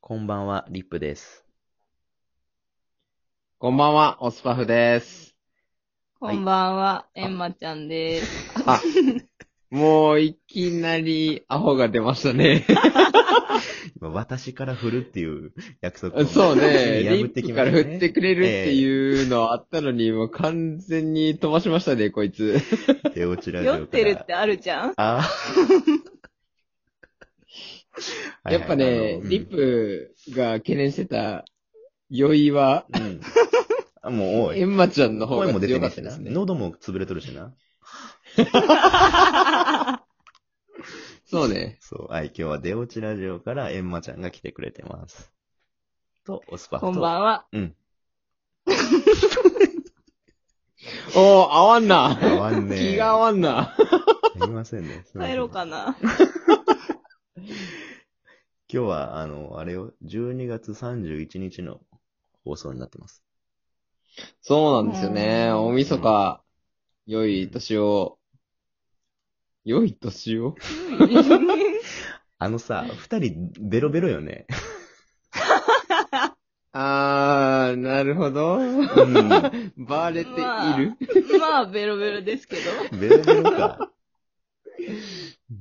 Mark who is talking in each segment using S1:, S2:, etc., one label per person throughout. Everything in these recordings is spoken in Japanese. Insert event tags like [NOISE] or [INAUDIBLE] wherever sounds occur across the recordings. S1: こんばんは、リップです。
S2: こんばんは、オスパフです。
S1: は
S3: こ
S1: い
S3: んばんは、えんまちゃんです。
S2: あ、もういきなりアホが出ました
S1: [LAUGHS]
S2: ね。
S1: 今私から振るっていう約束を
S2: そうね、
S1: [LAUGHS] 破
S2: リ
S1: って
S2: ッ
S1: き
S2: プ
S1: ま
S2: か
S1: し
S2: ら
S1: た
S2: 振
S1: ね
S2: ってくれるっていうのあったのに、もう完全に飛ばしましたね、こいつ。
S1: 手落ちラジオから
S3: 酔ってるってあるじゃん
S1: ああ。
S2: やっぱね、リッ、プが懸念してた酔いは、
S1: あのうん。あもう多
S2: エ
S1: い。
S2: ンマちゃんの方
S1: 声
S2: が
S1: も出て
S2: 強か
S1: ね
S2: っ
S1: したて
S2: で
S1: な。
S2: すね。
S1: 喉も潰れとるしな。
S2: そうね。
S1: そう。はい、今日は出落ちラジオからエンマちゃんが来てくれてます。と、オスパフと。
S3: こんばんは。
S1: うん。
S2: おー、合わんな。
S1: 合わんね
S2: 気が合わんな。
S1: すみませんね。すいません
S3: 帰ろう
S1: [LAUGHS]
S3: かな。
S1: 今日は、あの、あれを、12月31日の放送になってます。
S2: そうなんですよね。
S3: うん
S2: 大晦日、良い年を。良い年を
S1: あのさ、二人ベロベロよね。
S2: あー、なるほ [LAUGHS] ど。
S1: うん。
S2: バレている、
S3: まあ、ベロベロですけど。
S1: ベロベロか。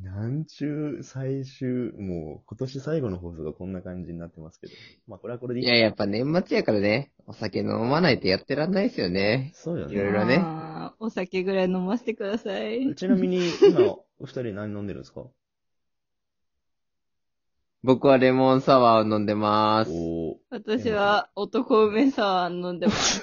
S1: なんちゅう、最終、もう、今年最後の放送がこんな感じになってますけど。まあ、これはこれでい
S2: い
S1: い。
S2: や、やっぱ年末やからね、お酒飲まないとやってらんないですよね。
S1: そうよ
S2: いろい
S1: ね。
S2: ろね
S3: あーお酒ぐらい飲ませてください。
S1: ちなみに、今、お二人何飲んでるんですかお
S2: 僕はレモンサワーを飲んでます。
S1: ー。
S3: 私は男梅サワー飲んで
S1: [LAUGHS]
S3: ます。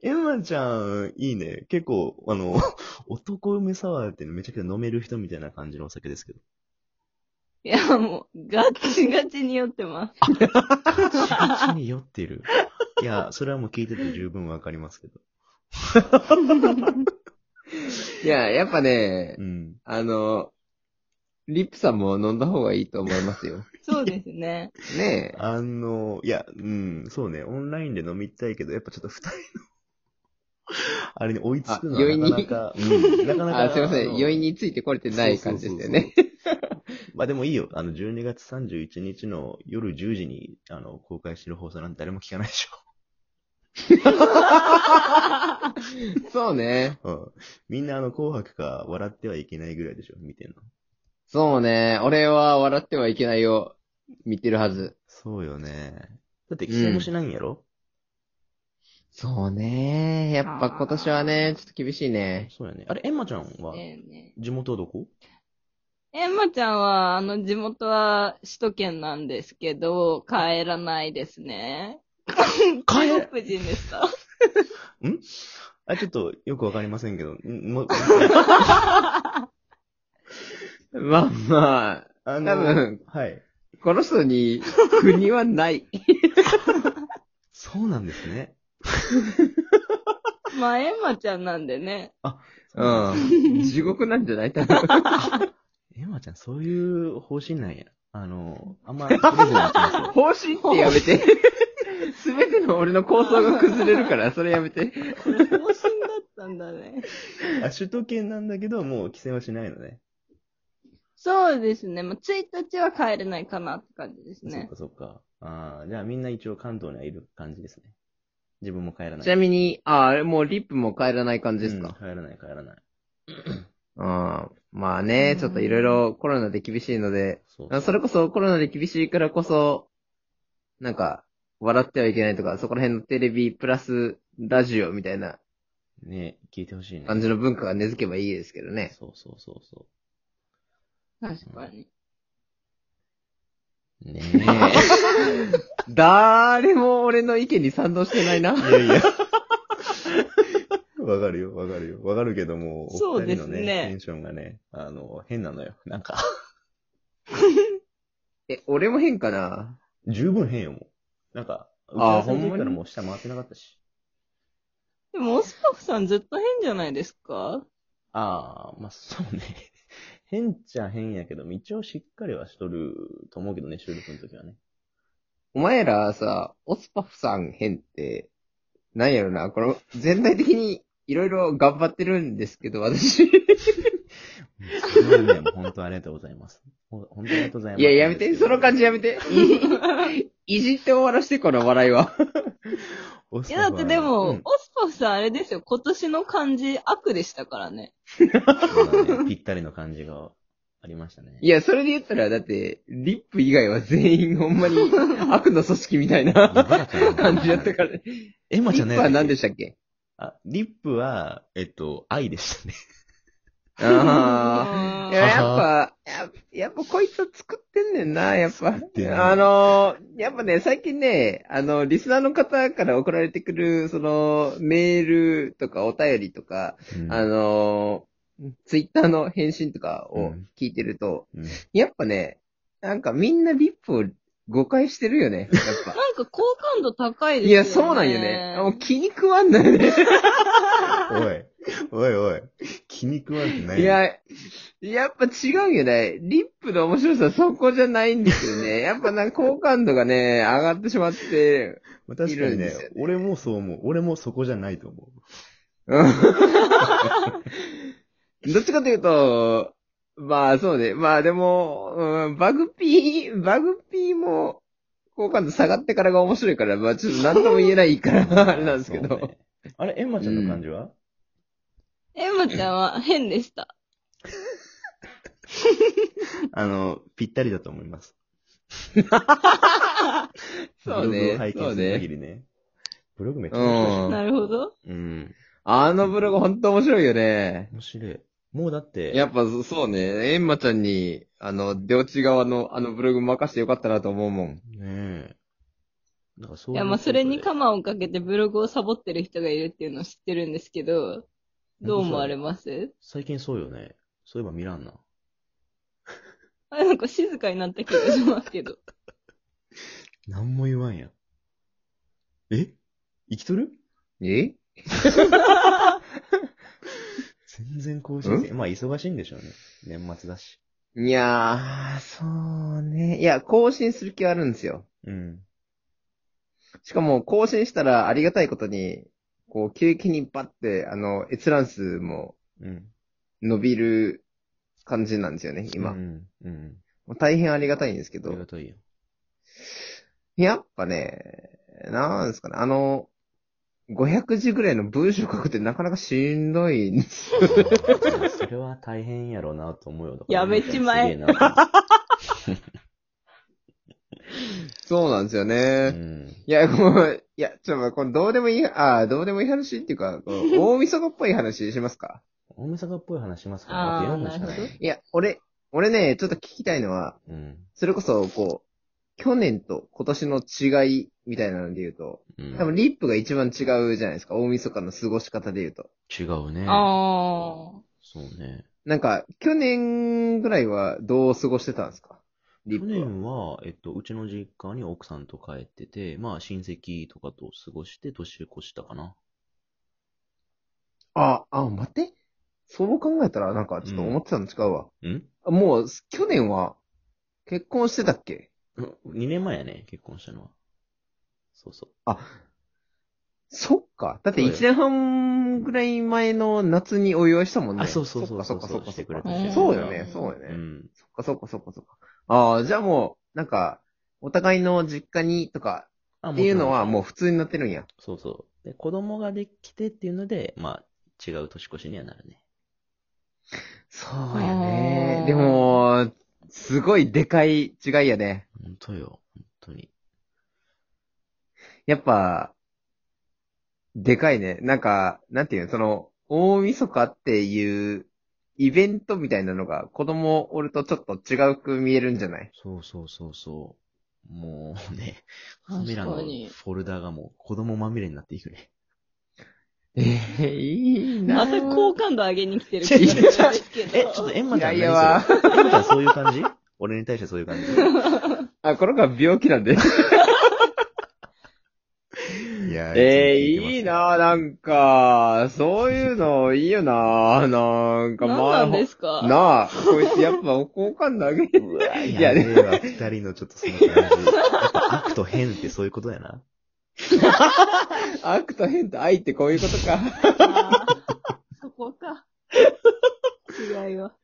S1: エマちゃん、いいね。結構、あの、 [LAUGHS] 男梅サワーってめちゃくちゃ飲める人みたいな感じのお酒ですけど。
S3: いや、もう、ガチガチに酔ってます。
S1: [LAUGHS] ガチに酔ってる。いや、それはもう聞いてて十分わかりますけど。
S2: いや、やっぱね
S1: う、ん。
S2: あの、リップさんも飲んだ方がいいと思いますよ。
S3: そうですね。
S2: ねえ。
S1: あの、いや、うん、そうね、オンラインで飲みたいけど、やっぱちょっと二人の、あれに追いつくの
S2: あ酔い
S1: は
S2: に
S1: なかなか、うん、なかなか。
S2: あ、すいませ
S1: あ
S2: ん。
S1: の
S2: 酔いについてこれてない感じですよね。。
S1: そうそうそうそうまあでもいいよ、あの、12月31日の夜10時に、あの、公開してる放送なんて誰も聞かないでし
S2: そうね。
S1: ょ。うん。みんなあの、紅白か、笑ってはいけないぐらいでしょ、見てんの。
S2: そうね。俺は笑ってはいけないよ。見てるはず。
S1: そうよね。だって、規制もしないんやろ、
S2: そうね。やっぱ今年はね、ちょっと厳しいね。
S1: そうやね。あれ、エンマちゃんは、
S3: ええね。
S1: 地元はどこ
S3: えんまちゃんは、あの、地元は首都圏なんですけど、帰らないですね。
S1: 帰
S3: [LAUGHS] 中
S1: [LAUGHS]
S3: 国人ですか
S1: あ、ちょっと、よくわかりませんけど、んもう、
S2: まあまあ、
S1: あの、
S2: 多分
S1: はい。
S2: この人に国はない。
S1: そうなんですね。
S3: まあ、エンマちゃんなんでね。
S2: うん。地獄なんじゃ [LAUGHS] ない多分。
S1: エマちゃん、そういう方針なんや。あの、あんま、取れずに行きますよ。
S2: 方針ってやめて。すべての俺の構想が崩れるから、それやめて。
S3: これ方針だったんだね。
S1: あ、首都圏なんだけど、もう規制はしないのね。
S3: そうですね。まあ、1日は帰れないかなって感じです
S1: そっ
S3: ね。
S1: かそっか。ああ、じゃあみんな一応関東にはいる感じですね。自分も帰らない。
S2: ちなみに、ああ、もうリップも帰らない感じです
S1: うん
S2: か。
S1: 帰らない帰らない。
S2: うん。まあね、ちょっといろいろコロナで厳しいので、
S1: そう
S2: あそれこそコロナで厳しいからこそ、なんか、笑ってはいけないとか、そこら辺のテレビプラスラジオみたいな
S1: ね、聞いてほしいね。
S2: 感じの文化が根付けばいいですけどね。
S1: そうそうそうそ
S3: 確かに。
S1: う。ね
S2: [LAUGHS] 誰も俺の意見に賛同してないな。
S1: え。いやいや。 [LAUGHS] わかるよ、わかるよ。わかるけども、お
S3: そう
S1: 二
S3: で
S1: 人のね、
S3: すね
S1: テンションがね、あの、変なのよ。なんか、
S2: え、俺も変かな
S1: 十分変よ、もう。なんか、
S2: あー
S1: 打ち合わせの時
S2: ほんまに
S1: からもう下回ってなかったし。
S3: でも、オスパフさんずっと変じゃないですか
S1: ああ、まあそうね。変っちゃ変やけど、一応しっかりはしとると思うけどね、収録の時はね。
S2: お前らさ、オスパフさん変って、なんやろな、この全体的にいろいろ頑張ってるんですけど、 [LAUGHS] 私。
S1: すごいね、もう本当ありがとうございます。ほん本当ありがとうございます。
S2: いや、やめて、 [LAUGHS] その感じやめて。いいじって終わらせて、この笑いは。
S1: オス
S3: い
S1: パ
S3: や、
S1: フ
S3: だ
S1: は。
S3: ってで
S1: う
S3: も、
S1: ん
S3: オスパフさんあれですよ、今年の漢字悪でしたからね。
S1: そうだねぴったりの感じがありましたね。
S2: いや、それで言ったら、だって、リップ以外は全員ほん [LAUGHS] まに悪の組織みたい
S1: やば
S2: な
S1: いじゃん [LAUGHS]
S2: 感じだったからね。
S1: エマ
S2: リ
S1: ちゃん
S2: ッ
S1: ね。
S2: プは何でしたっけ
S1: あ、リップは、えっと、愛でしたね。
S2: あ
S3: う
S2: あ。
S3: ん
S2: いややっぱ、ややっぱこいつは作ってんねんな、やっぱ。
S1: てんねん
S2: あのー、やっぱね、最近ね、あの、リスナーの方から送られてくる、その、メールとかお便りとか、
S1: うん
S2: あのー、ツイッターの返信とか
S1: う
S2: を
S1: ん
S2: 聞いてると、
S1: うん
S2: やっぱね、なんかみんなリップを誤解してるよね、やっぱ。
S1: [LAUGHS]
S3: なんか好感度高いです
S2: い
S3: よ
S2: や、
S3: ね。
S2: そうなんよね。もう気に食わんのよね。
S1: [LAUGHS] おい、おいおい、気に食われてない。
S2: い、や、やっぱ違うよね。リップの面白さはそこじゃないんですよ [LAUGHS] ね。やっぱなんか好感度がね、上がってしまって。
S1: まあ、確か
S2: いる
S1: に
S2: んで
S1: ね
S2: すよね
S1: 俺もそう思う。俺もそこじゃないと思
S2: うんどっちかというと、まあそうね。まあでも、うん、バグピー、バグピーも、好感度下がってからが面白いから、まあちょっと何とも言えないか
S1: う。
S2: [LAUGHS] ら、あれ [LAUGHS] なんですけ
S1: そ
S2: ど。
S1: うねあれ、エマちゃんの感じは、
S3: エマちゃんは変でした。
S1: あの、ぴったりだと思います。
S2: そう
S1: ブログを
S2: ね
S1: 拝。見
S2: そう
S1: する
S2: ね
S1: 限。りね。ブログめっちゃ面白いし
S2: う。
S3: なんるほど。
S1: うん。
S2: あのブログほんと面白いよね。
S1: 面白い。もうだって、
S2: やっぱそそうね、エンマちゃんに、あの、出落ち側のあのブログ任せてよかったなと思うもん。
S1: ねえ。だからそう
S3: い
S1: い
S3: や、
S1: う
S3: まあ、それに
S1: こと
S3: カマをかけてブログをサボってる人がいるっていうのを知ってるんですけど、どう思われます
S1: で最近そうよね。そういえば見らんな。
S3: あなんか静かになった気がしますけど。
S1: なんも言わんやん。え生きとる
S2: え
S1: 全然更新せん。まあ、忙しいんでしょうね。年末だし。
S2: いやー、そうね。いや、更新する気はあるんですよ。
S1: うん。
S2: しかも、更新したらありがたいことに、こう、急激にバッて、あの、閲覧数も
S1: うん。
S2: 伸びる感じなんですよね、今。
S1: う
S2: も
S1: ん。うん。
S2: う大変ありがたいんですけ
S1: あ
S2: ど
S1: り。がたいよ。
S2: やっぱね、なんですかね、あの、500字ぐらいの文章書くってなかなかしんどいんですよ。
S1: [LAUGHS] それは大変やろうなと思うよ。だから
S3: やめちまえ
S1: すげなと
S2: [LAUGHS] そうなんですよね。
S1: 思ううん。
S2: いや、こう、いや、ちょっと待って、これどうでもいい、ああ、どうでもいい話っていうか、こ [LAUGHS] う大晦日っぽい話しますか
S1: 大晦日っぽい話しますから、あと4分しかな
S3: あーなる
S1: い。
S2: いや、俺、俺ね、ちょっと聞きたいのは、
S1: うん。
S2: それこそ、こう、去年と今年の違いみたいなので言うと、
S1: うん
S2: 多分リップが一番違うじゃないですか、大晦日の過ごし方で言うと。
S1: 違うね。
S3: ああ。
S1: そうね。
S2: なんか、去年ぐらいはどう過ごしてたんですかリ
S1: 去
S2: ップは。
S1: 年は、えっと、うちの実家に奥さんと帰ってて、まあ、親戚とかと過ごして年越したかな。
S2: あ、あ、待って。そう考えたら、なんか、ちょっと思ってたの違うわ。
S1: うん
S2: あもう、去年は、結婚してたっけ
S1: ?2 年前やね、結婚したのは。そうそう。
S2: あ、そっか。だって
S1: そうよ
S2: 1年半ぐらい前の夏にお祝いしたもんね。
S1: あそうそうそう
S2: そっかそっか
S1: し
S2: そ
S1: て
S2: っ
S1: く
S2: かそ
S1: れ
S2: った
S1: し
S2: か。
S3: うん
S2: そうよね、そうよね。
S1: うん。
S2: そっかそっかそっかそっか。ああ、じゃあもう、なんか、お互いの実家にとか
S1: あ
S2: っていうの
S1: もち
S2: は
S1: ろん
S2: もう普通になってるんや。
S1: そうそう。で、子供ができてっていうので、まあ、違う年越しにはなるね。
S2: そうやね
S3: あ。ー
S2: でも、すごいでかい違いやね。
S1: 本当よ。本当に。
S2: やっぱ、でかいね。なんか、なんていうの、その、大晦日っていうイベントみたいなのが子供おるとちょっと違うく見えるんじゃない
S1: そうそうそうそう。もう [LAUGHS] ね、カ
S3: 確かに
S1: メラのフォルダがもう子供まみれになっていくね。
S2: えー、いいな
S3: ま
S2: ぁ
S3: た好感度上げに来てる感
S1: い
S3: じ
S1: やいや
S3: ですけど。
S1: え、ちょっとエンマちゃん
S2: いやいやわ
S1: 何それエンマちゃんそういう感じ俺に対してそういう感じ
S2: あ、この子は病気なんで。
S1: いや
S2: えー、いいなぁ、なんか、そういうのいいよなぁ、なんか、
S3: 何なんです
S2: あ、
S3: か
S2: なあ、こいつやっぱ好感度上
S1: [LAUGHS]
S2: げ
S1: うわ、
S2: い
S1: や
S2: や
S1: べ
S2: ね
S1: えわ、二人のちょっとその感じ。やっぱ悪と変ってそういうことやな。 [LAUGHS]
S2: 悪と変と愛ってこういうことか。
S3: あー辛いわ。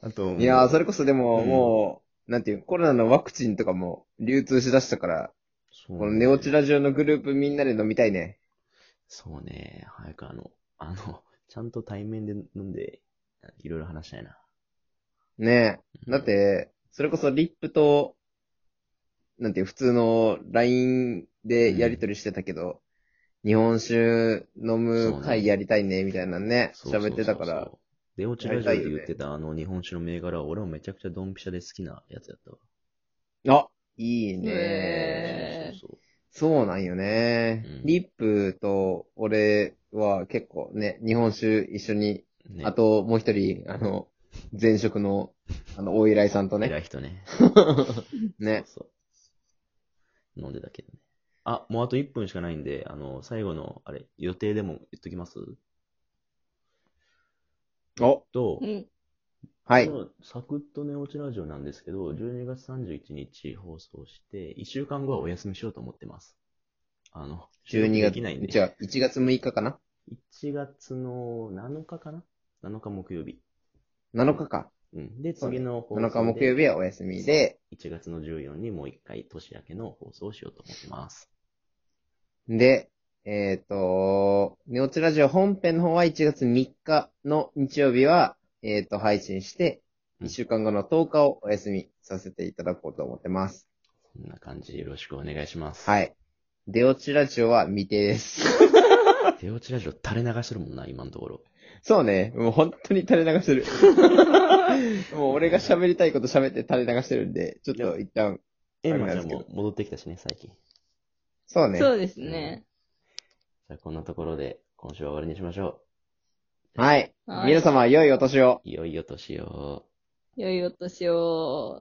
S1: あと、
S2: いやー、それこそでも、
S1: うん
S2: もう、なんていう、コロナのワクチンとかも流通しだしたから、
S1: そうね
S2: このネオチラジオのグループみんなで飲みたいね。
S1: そうね、早くあの、あの、ちゃんと対面で飲んで、いろいろ話したいな。
S2: ねえ。だって、それこそリップと、なんていう、普通の LINE でやりとりしてたけど、日本酒飲む
S1: そうね
S2: 会やりたいね、みたいなね、
S1: そうそうそうそう
S2: 喋ってたから。。
S1: 出落ちラジオで言ってたあの日本酒の銘柄は俺もめちゃくちゃドンピシャで好きなやつやったわ。
S2: あ、いいね、
S3: へー
S1: そうそう
S2: そうなんよね、
S1: うん
S2: リップと俺は結構ね、日本酒一緒に、
S1: そう。ね、
S2: あ、ともう一人、あの、前職の、あの、大依頼さんと
S1: 偉
S2: ね。
S1: い人ね。
S2: ね。
S1: そうそう。飲んでたけどね。あ、もうあと1分しかないんで、あの、最後の、あれ、予定でも言っときます
S2: お、
S1: と、
S3: うん。
S2: はい
S1: こ。のサクッと寝落ちラジオなんですけど、12月31日放送して、1週間後はお休みしようと思ってます。あの、
S2: 12
S1: で
S2: 月、
S1: き
S2: 違
S1: ないん
S2: う、
S1: で。
S2: 1月6日かな
S1: 1月の7日かな ?7 日木曜日。
S2: ?7 日か。
S1: うん。で、
S2: そうね
S1: 次の放送で。
S2: 7日木曜日はお休みで、
S1: 1月の14にもう一回年明けの放送をしようと思ってます。
S2: で、えっ、と、ネオチラジオ本編の方は1月3日の日曜日は、えっ、と、配信して、
S1: うん
S2: 1週間後の10日をお休みさせていただこうと思ってます。
S1: そんな感じでよろしくお願いします。。
S2: はいい。デオチラジオは未定です。
S1: 手落ちラジオ垂れ流してるもんな、今のところ。
S2: [LAUGHS] そうね。もう本当に垂れ流して [LAUGHS] る。もう俺が喋りたいこと喋って垂れ流してるんで、ちょっと一旦、
S1: エン
S2: あ
S1: マ
S2: れ
S1: ち
S2: な
S1: ゃ
S2: ん
S1: ん
S2: ですけど
S1: も戻ってきたしね、最近。
S2: そうね。
S3: そうですね。
S1: じゃあこんなところで今週は終わりにしましょ
S2: はい。
S3: はい
S2: 皆様、良いお年を。
S1: う。いよいよ年を。
S3: 良いお年を。